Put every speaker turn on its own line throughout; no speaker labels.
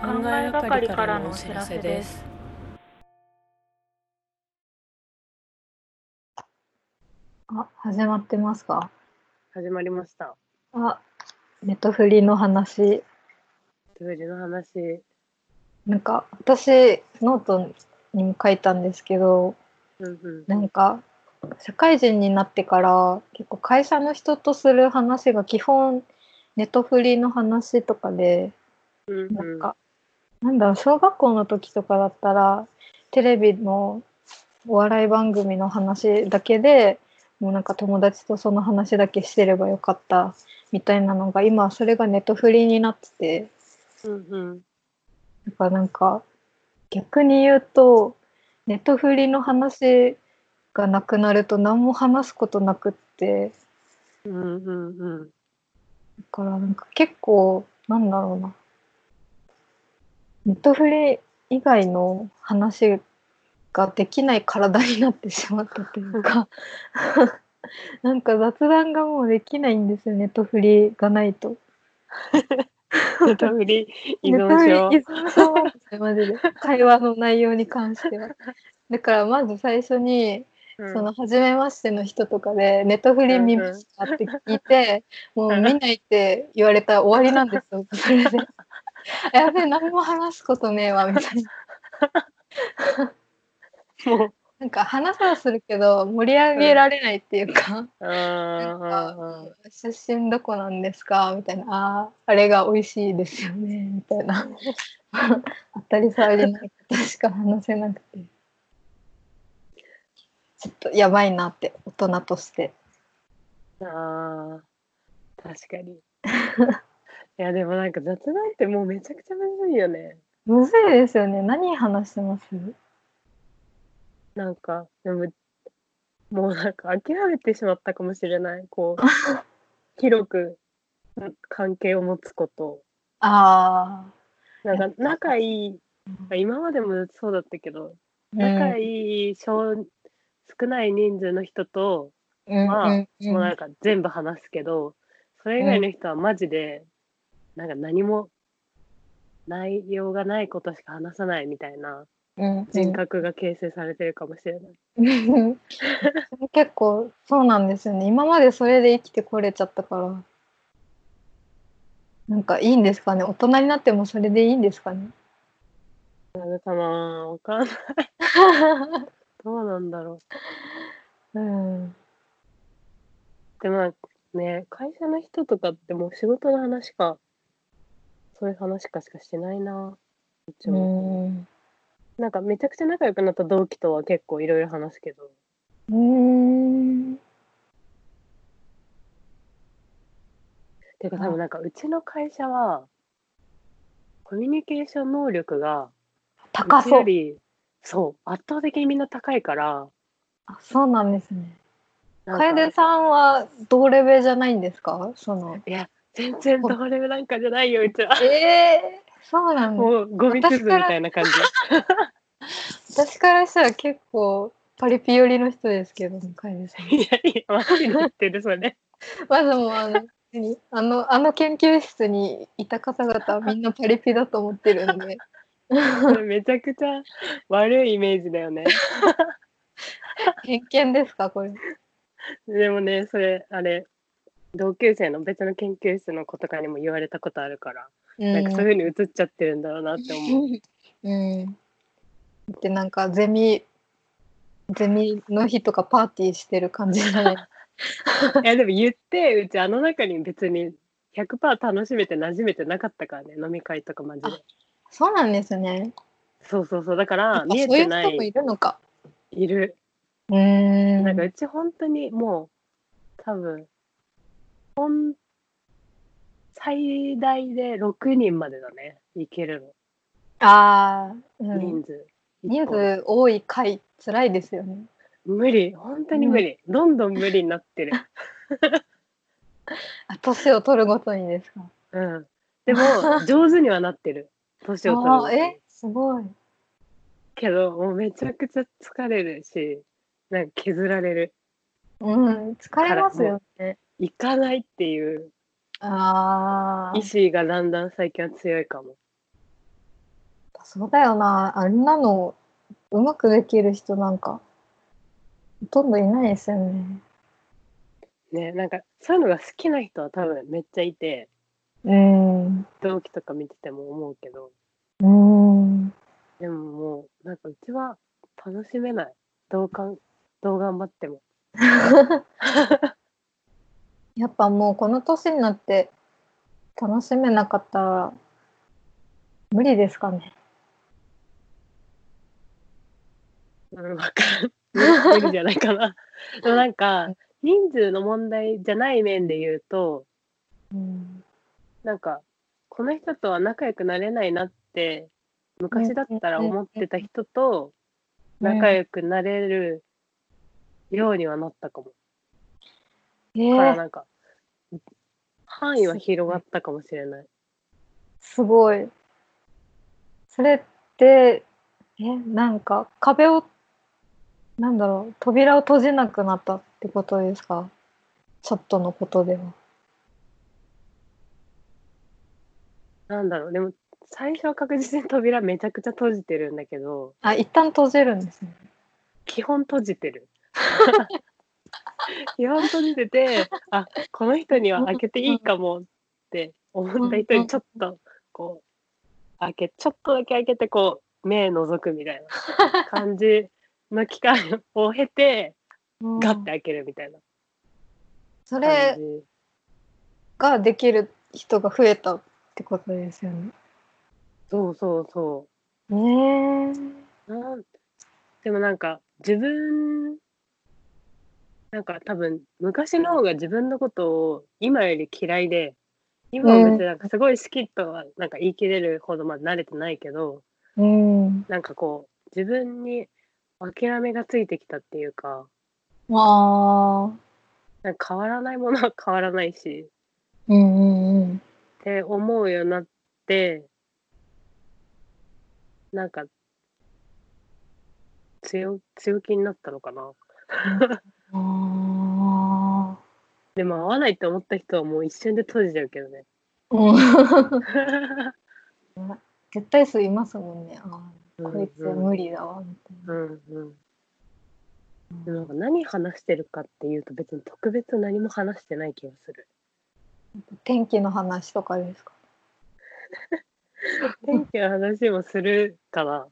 考えがかりからのお知らせです
あ、始まってますか
始まりました。
あ、ネトフリの話。
トゥーリの話。
なんか、私、ノートにも書いたんですけど、
うんうん。
なんか、社会人になってから、結構会社の人とする話が基本、ネトフリの話とかで、
うん
な
うん
んか、なんだろう、小学校の時とかだったら、テレビのお笑い番組の話だけで、もうなんか友達とその話だけしてればよかったみたいなのが、今それがネットフリーになってて、
うんうん。
だからなんか、逆に言うと、ネットフリーの話がなくなると何も話すことなくって、
うんうん うん。
だからなんか結構なんだろうなネットフリ以外の話ができない体になってしまったというかなんか雑談がもうできないんですよネットフリがないと。
ネタフリ依
ネ
存
ットフリ
症。
依存症なんですよマジで会話の内容に関しては。だからまず最初に
うん
その初めましての人とかでネットフリ見ましたって聞いて、もう見ないって言われたら終わりなんですよ、それで。やべえ、何も話すことねえわ、みたいな。
もう。
なんか話はするけど、盛り上げられないっていうか、
あー
出身どこなんですかみたいな、ああ、あれが美味しいですよね、みたいな。 当たり障りないことしか話せなくて。ちょっとやばいなって、大人として。
あー。確か に。いやでもなんか雑談ってもうめちゃくちゃむずいよね。
むずいですよね。何話してます
なんか、でも、もうなんか諦めてしまったかもしれない。こう、 広くん関係を持つこと。
ああ。
なんか仲いい、今までもそうだったけど、仲
い
いい少少ない人数の人と、
いは、
は
うんうん
もうなんか全部話すけど、それ以外の人はマジで、なんか何も内容がないことしか話さないみたいな
うん、
人格が形成されてるかもしれない。
うん 結構そうなんですよね。今までそれで生きてこれちゃったから。なんかいいんですかね。大人になってもそれでいいんですかね。
なのかなわかんない。どうなんだろ う。
うん。
でもなんかね、会社の人とかってもう仕事の話しか、そういう話しかしかしてないな。うちも。
うん。
なんかめちゃくちゃ仲良くなった同期とは結構いろいろ話すけど。
うん。
てか
あ
多分なんかうちの会社はコミュニケーション能力が
高
うち
そ
よ
う。
りそう圧倒的にみんな高いから
あそうなんですね。
なんか
楓さんは同レベじゃないんですかその。
いや全然どれなんかじゃないようちは
ええそうなんだ。
もうゴミ粒みたいな感じ
私からしたら結構パリピ寄りの人ですけどね、楓さん。
いやいやマジで言ってるそ れ
まずもうあの何あのあの研究室にいた方 々はみんなパリピだと思ってるんで
それめちゃくちゃ悪いイメージだよね
偏見ですかこれ。
でもねそれあれ同級生の別の研究室の子とかにも言われたことあるから、
うん
なんかそういう風に映っちゃってるんだろうなって思う
うん、でなんかゼミゼミの日とかパーティーしてる感じじ ゃない
いやでも言ってうちあの中に別に100%楽しめて馴染めてなかったからね飲み会とかマジで
あそうなんですね。
そうそうそうだか
や
ら
っぱ
見え
そうい
て
う
な
人
い
も
い
いるのか。
る
うーん。
なんかうち本当にもう多分ほん最大で6人までだねいける
ああ、う
の
ん、
人数、
人数多い回つらいですよね。
無理本当に無理、どんどん無理になってる
あ年を取るごとにですか。
うんで も上手にはなってる年を取るご
あ
と
ー
に
えすごい。
けどもうめちゃくちゃ疲れるしなんか削られる
うん疲れますよね。
行かないっていう
ああ
意。志がだんだん最近は強いかも
そうだよな。あんなの、うまくできる人なんか、ほとんどいないですよね。
ねなんかそういうのが好きな人は多分めっちゃいて
うん。
同期とか見てても思うけど
うん。
でももうなんかうちは楽しめないどうかんどう頑張っても
やっぱもうこの年になって、楽しめなかったら、無理ですかね。
うんわかる無理じゃないかなでもなんか人数の問題じゃない面で言うと
うん。
なんかこの人とは仲良くなれないなって昔だったら思ってた人と仲良くなれるようにはなったかも
え
だから
ー、
なんか範囲は広がったかもしれない
すごい。それって、え、なんか壁を、なんだろう、扉を閉じなくなったってことですかちょっとのことでは。
なんだろうでも最初は確実に扉めちゃくちゃ閉じてるんだけど
あ、一旦閉じるんですね。
基本閉じてる基本閉じててあこの人には開けていいかもって思った人にちょっとこう開けちょっとだけ開けてこう目覗くみたいな感じの期間を経て
うん
ガッて開けるみたいな
そ
感
れ
じ。
ができる人が増えたってことですよね。
そうそうそう
ねえ。
なんでもなんか自分なんか多分昔の方が自分のことを今より嫌いで今は別になんかすごい好きとはなんか言い切れるほどまで慣れてないけど
うん。
なんかこう自分に諦めがついてきたっていうか
ああ。
なんか変わらないものは変わらないし
うんうんうん。
って思うようになってなんか強強気になったのかな。
ああ。
でも合わないって思った人はもう一瞬で閉じちゃうけどね。
うん。絶対数いますもんね。あーこいつ無理だわ。みたいな
うんうん。でもなんか何話してるかっていうと別に特別何も話してない気がする。
天気の話とかですか。
天気の話もするかな。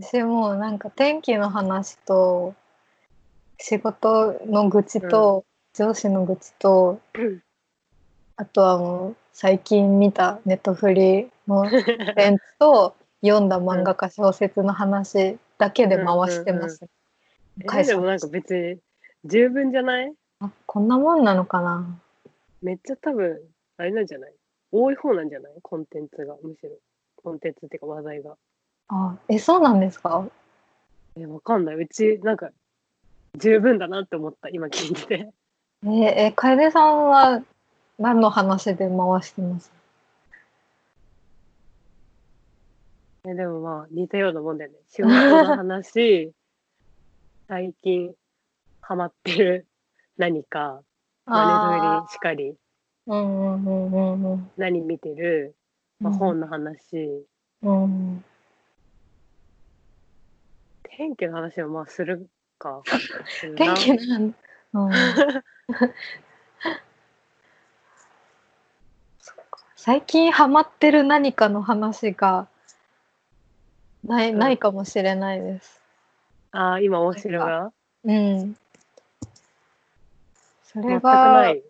私もうなんか天気の話と仕事の愚痴と上司の愚痴と、
うん
あとはもう最近見たネットフリ のコンテンツと読んだ漫画か小説の話だけで回してます。
え
会社
でもなんか別に十分じゃない
あこんなもんなのかな
めっちゃ多分あれなんじゃない多い方なんじゃないコンテンツがむしろ。コンテンツっていうか話題が。
あえそうなんですか
え、わかんない。うちなんか十分だなって思った今聞いてて。
えーえ楓さんは何の話で回してます
えでもまあ似たようなもんだよね。仕事の 話、最近ハマってる何か、マネズりしかり、
あーうんうんうんうんうん
何見てる、まあ、本の話、
うん
天気の話をまあするか。
天気
な
なんうん、 そっか最近ハマってる何かの話がない
うん
ないかもしれないです。
あー今、大城が
うん。そ
全
れ
くな
が
い。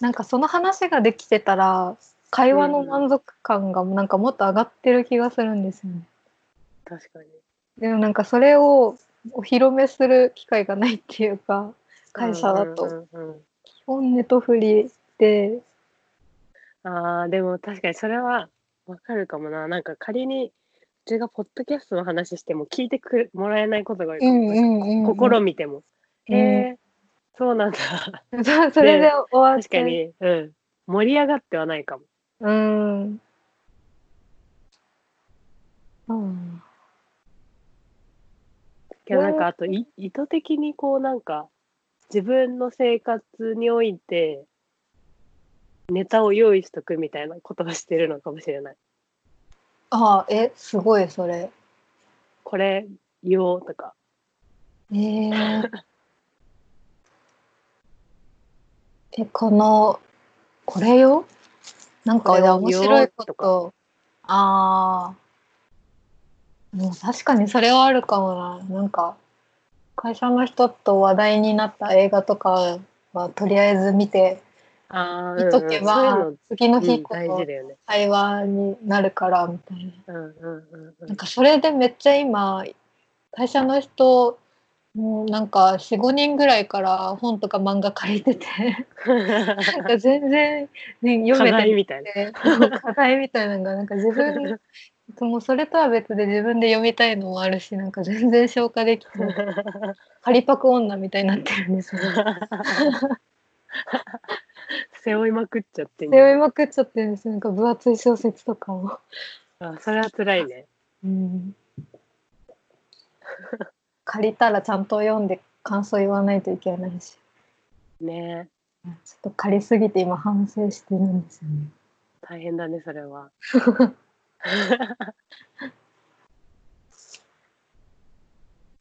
なんかその話ができてたら会話の満足感がなんかもっと上がってる気がするんですよね。
確かに。
でもなんかそれをお披露目する機会がないっていうか会社だと
うんうんうんうん
基本ネトフリで
ああ、でも確かにそれはわかるかもな。なんか仮に、うちがポッドキャストの話しても聞いてくもらえないことがあるかも。試みても。
うん
へえ、そうなんだ。
そうそれで終わって
確かに、うん。盛り上がってはないかも。
うん、うん、
けどなんか、あとい、意図的にこう、なんか、自分の生活において、ネタを用意しとくみたいなことをしてるのかもしれない。
ああ、え、すごい、それ。
これ言おうとか。
えー え、この、これよなんか、
こ
じ
れ
ゃあ
を
面
言おう
白いことと。ああ。もう確かにそれはあるかもな。なんか、会社の人と話題になった映画とかは、とりあえず見て、
あ
見とけば、
そういうの
次の
う
日
ん
こ
大
そ
事だよね。
会話になるから、みたいな。
うんうんうんう
なん
ん。
かそれでめっちゃ今会社の人もうなんか45人ぐらいから本とか漫画借り ててなんか全然、ね、読
課
めて
題
な
みたいな。
くてそう課題みたいなのがなんか自分 もうそれとは別で自分で読みたいのもあるしなんか全然消化 できて借りパク女みたいになってるんですよ。
背負いまくっちゃってんじゃん
背負いまくっちゃってるんですよなんか分厚い小説とかを。
あそれは辛いね。
うん、借りたらちゃんと読んで感想言わないといけないし。
ねえ
ちょっと借りすぎて今反省してるんですよね。
大変だねそれは。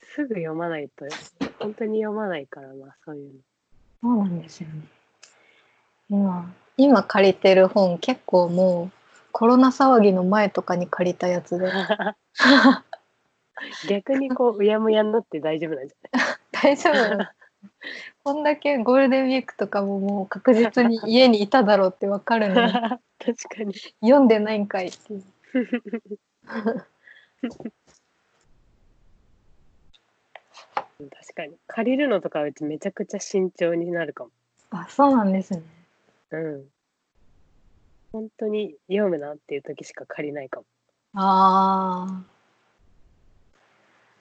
すぐ読まないと本当に読まないからなそういうの。
そうなんですよね。今、今借りてる本結構もうコロナ騒ぎの前とかに借りたやつ で
逆にこ ううやむやになって大丈夫なんじ
大丈夫なのこんだけゴールデンウィークとかももう確実に家にいただろうってわかる
ゃ
の に
ない 確かに。
読んでないんかいっていう。
確かに借りるのとかうちめちゃくちゃ慎重になるかも。
あ、そうなんですね。
うん。本当に読むなっていう時しか借りない かも。
ああ。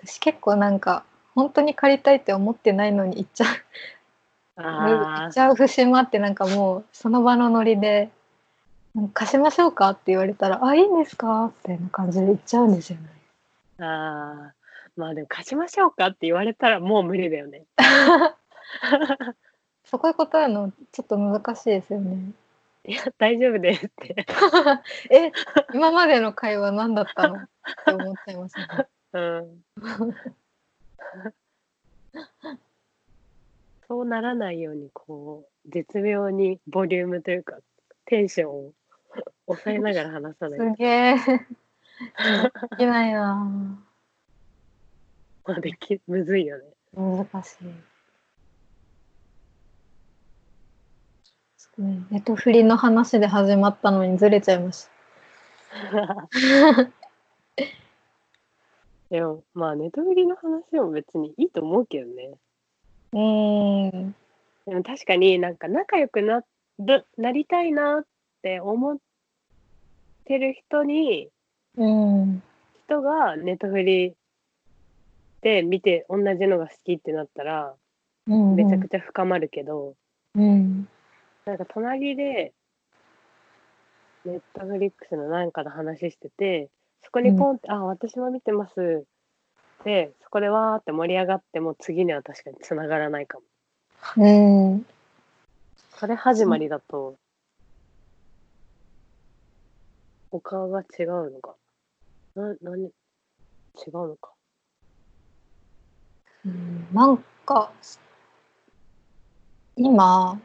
私結構なんか本当に借りたいって思ってないのに行っちゃう行
あ
っちゃう節もあってなんかもうその場のノリで「なんか貸しましょうか?」って言われたら「あいいんですか?」みたいな感じで行っちゃうんですよね。
あ、ああ、まあでも貸しましょうかって言われたらもう無理だよね。
そこへ答えるのちょっと難しいですよね。
いや、大丈夫ですって。
え今までの会話何だったのって思っちゃいますね。
うん。そうならないように、こう、絶妙にボリュームというか、テンションを抑えながら話さない
すげえ。できないな
とでき、むずいよね。
難しい。そうねネットフリの話で始まったのにずれちゃいました。
でも、まあ、ネトフリの話も別にいいと思うけどね。
うーん。
でも確かになんか仲良くなるなりたいなって思ってる人に
うん。
人がネットフリで見て同じのが好きってなったら
うん
めちゃくちゃ深まるけど、
うん。
なんか隣でネットフリックスのなんかの話しててそこにポンって「あ私も見てます」でそこでわーって盛り上がっても次には確かに繋がらないかも。
うん。
それ始まりだと、他が違うのか。な、何、違うのか。
なんか、今、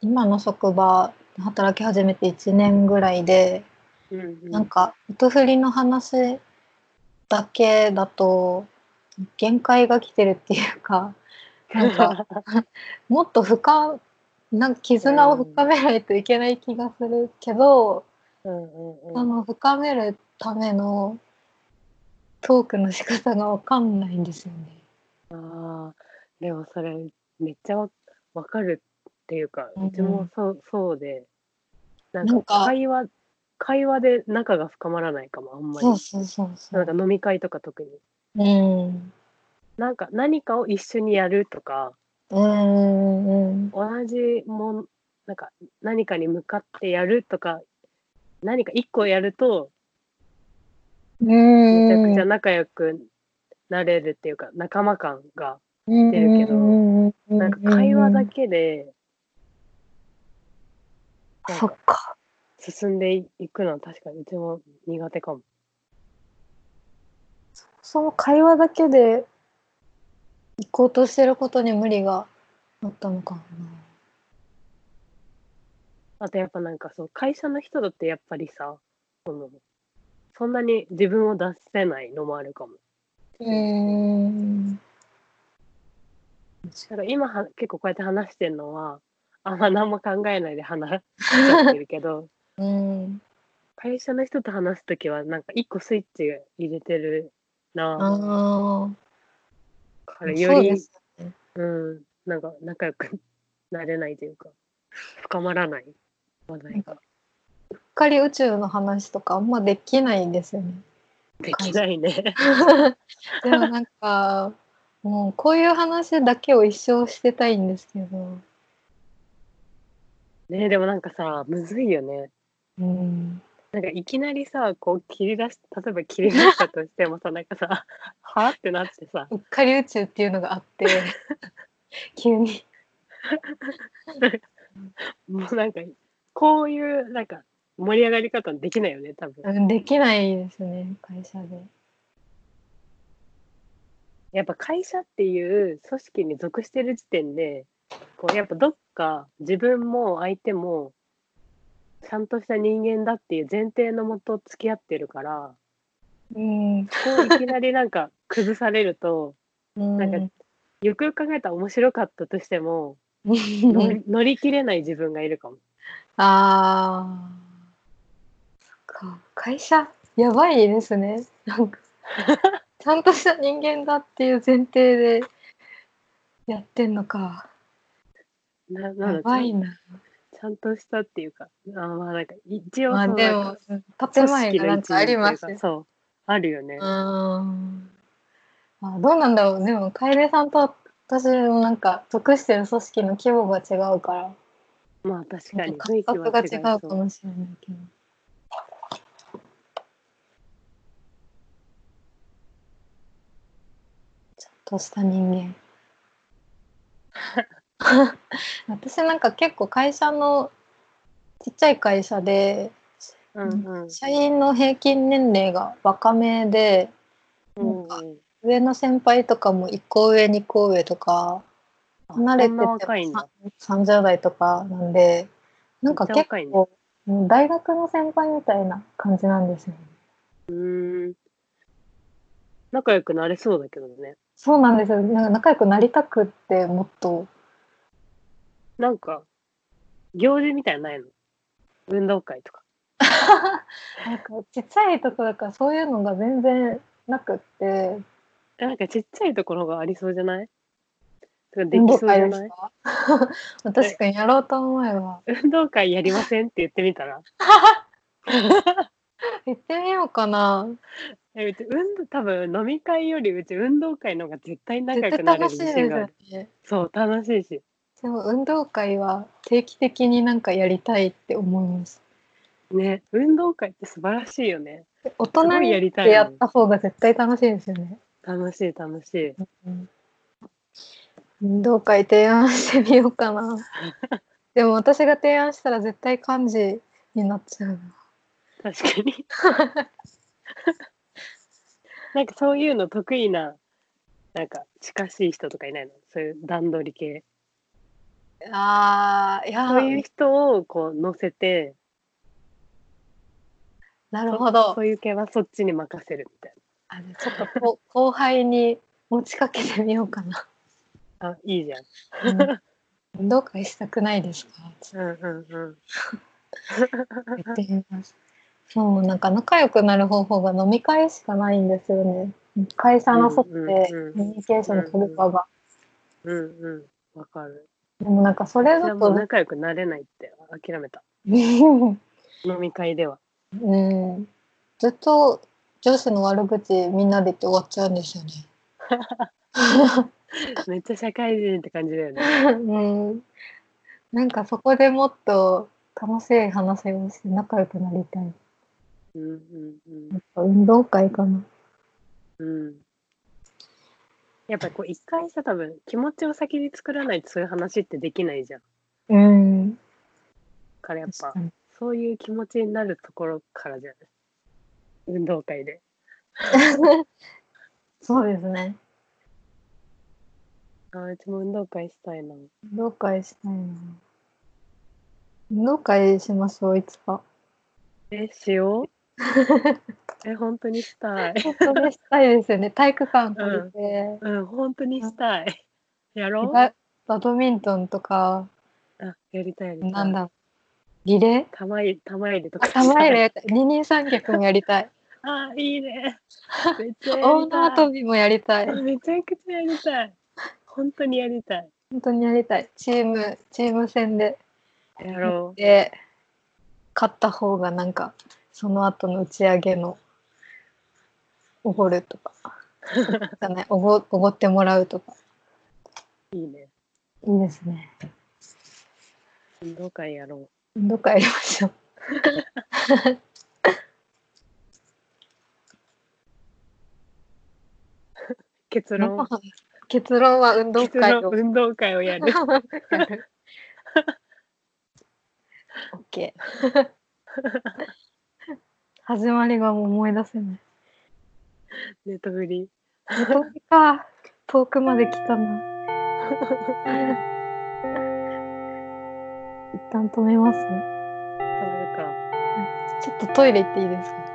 今の職場、働き始めて1年ぐらいで、
うん、うん。
なんか、糸振りの話だけだと、限界が来てるっていうか、なんか、もっと深、なんか絆を深めないといけない気がするけど、
うんうん
あ
うん。
の深めるためのトークの仕方がわかんないんですよね。
ああ、でもそれ、めっちゃわわかるっていうか、
うんうん
うちもそう、そうで、なん
なん
か
か
会話、会話で仲が深まらないかも、あんまり
そう。そうそうそ
なん
う。
か飲み会とか特に。
うん。
なんか何かを一緒にやるとか、
うんうん
同じもんなんか何かに向かってやるとか何か一個やるとめちゃ
うん。
くちゃ仲良くなれるっていうか、仲間感が
出
てるけどな
な
んか会話だけで、なん
そ
か
っか。
進んでいくのは確かにうちも苦手かも。
その会話だけで行こうとしてることに無理があったのかな。
あとやっぱなんかそう会社の人だってやっぱりさそのそんなに自分を出せないのもあるかも。
うん。
だから今は結構こうやって話してるのはあんま何も考えないで話しちゃってるけ ど
うん。
会社の人と話す時はなんか一個スイッチが入れてるな
あ
あか
あ。
らより
そううです
んなんか仲良くなれないというか深まらない話題が
うっかり宇宙の話とかあんまできないんです よね。
できないね。
でもなんかもうこういう話だけを一生してたいんですけど。
ねでもなんかさむずいよね。
うん。
なんかいきなりさこう切り出し例えば切り出したとしてもさなんかさ「は?」ってなってさ
うっかり宇宙っていうのが あって、急に。
もうなんかこういうなんか盛り上がり方できないよね多分。
うんできないですね、会社で。
やっぱ会社っていう組織に属してる時点でこうやっぱどっか自分も相手もちゃんとした人間だっていう前提のもと付き合ってるから
うん。
こういきなりなんか崩されると
な
なんかよくよく考えたら面白かったとしても乗
うん、
り乗り切れない自分がいるかも。
あーそっか会社やばいですねなん かちゃんとした人間だっていう前提でやってんのか
なな
や
の
ばいな
ちゃんとしたっていうか、あーまあなんか一応
まあ
その
で
なん
も
か
建前が
組織の一
な
員
んかありま
と
す
いう
ね
かそう、あるよね
う。ーんあどうなんだろうでも楓さんと私もなんか属してる組織の規模が違うから
まあ確かに雰
感
囲気
覚が
は違い
違
そ
うか
う。
もしれないけどちょっとした人間 私なんか結構会社のちっちゃい会社で
うんうん
社員の平均年齢が若めで
うんうん。
上の先輩とかも1個上2個上とか
あ
離れ
そ
て
ん
て
な
も
若いんだ。
さん30代とかなんでなんか
めっ
結
ちゃ若いね
構、うん大学の先輩みたいな感じなんですよね。
うーん。仲良くなれそうだけどね。
そうなんですよなんか仲良くなりたくってもっと
なんか行事みたいなのないの？運動会とか。
なんかちっちゃいとこだからそういうのが全然なくって
なんかちっちゃいところがありそうじゃない？とかでき
運
そうじ
動
ゃ
会で
な
す
い？
か 確かにやろうと思えば
運動会やりませんって言ってみたら。
行ってみようかな
えうち運動多分飲み会よりうち運動会の方が絶対仲
絶
良く
対
なれる
楽しい
自
です
信があ
よ
る。
ね
そう楽しいし。
でも運動会は定期的になんかやりたいって思います
ね運動会って素晴らしいよね。
大人に
やり
な
た
っ
い
て
な
やった方が絶対楽しいですよね
楽しい楽しい。
運動会提案してみよう かなでも私が提案したら絶対漢字になっちゃうな
確かに。 なんかそういうの得意ななんか近しい人とかいないの？そういう段取り系。
あーいや
そういう人をこう乗せて。
な
な
るほど
そういう系はそっちに任せるみたい
あじゃあちょっとこう後輩に持ちかけてみようかな、
な。あいいじゃん。
うん運動会したくないですかちょ
うんうんうん。
っとやってみますそうなんか仲良くなる方法が飲み会しかないんですよね会社の外で
うんうんうん
コミュニケーション取るかが、
うんうん。わかる。
でもなんかそれ
じゃ
だ
あも
と
う 仲良くなれないって諦めた。飲み会では。
うん、ずっと上司の悪口みんなで言って終わっちゃうんですよね。
めっちゃ社会人って感じだよね。
うん、なんかそこでもっと楽しい話をして仲良くなりたい。
うんうん
やっぱ運動会かな。
うん。うん。やっぱこう一回さ多分気持ちを先に作らないとそういう話ってできないじゃん。
うん。
からやっぱ
確かに
そういう気持ちになるところからじゃない運動会で
そうですね。
あーうちも運動会したいな
運動会したいな。運動会しましょう、いつか。
えし ようえ本当にしたい
本当にしたいですよね。体育館借りて、
うん本当にしたいやろう
ババドミントンとか、
あやりたいやりたい
なんだろうリレ ー
玉入れ玉入れとかしたい
玉入れやりたい。二人三脚もやりたい。
あーいいねめっちゃやりたい
大縄跳びもやりたい。
めちゃくちゃやりたい本当にやりたい
本当にやりたい。チーム、チーム戦で。
やろう
で、勝った方がなんか、その後の打ち上げの、おごる とか。じゃない、おご、おごってもらうとか。
いいね
いいですね。
運動会やろ
運動会やりましょう。
う結論
結論は運動
結
会
論
を。
運動会をやる
オッケー。始まりがもう思い出せない。
ネットフリ
遠くか。遠くまで来たな。一旦止めますね。
食べるか
ちょっとトイレ行っていいですか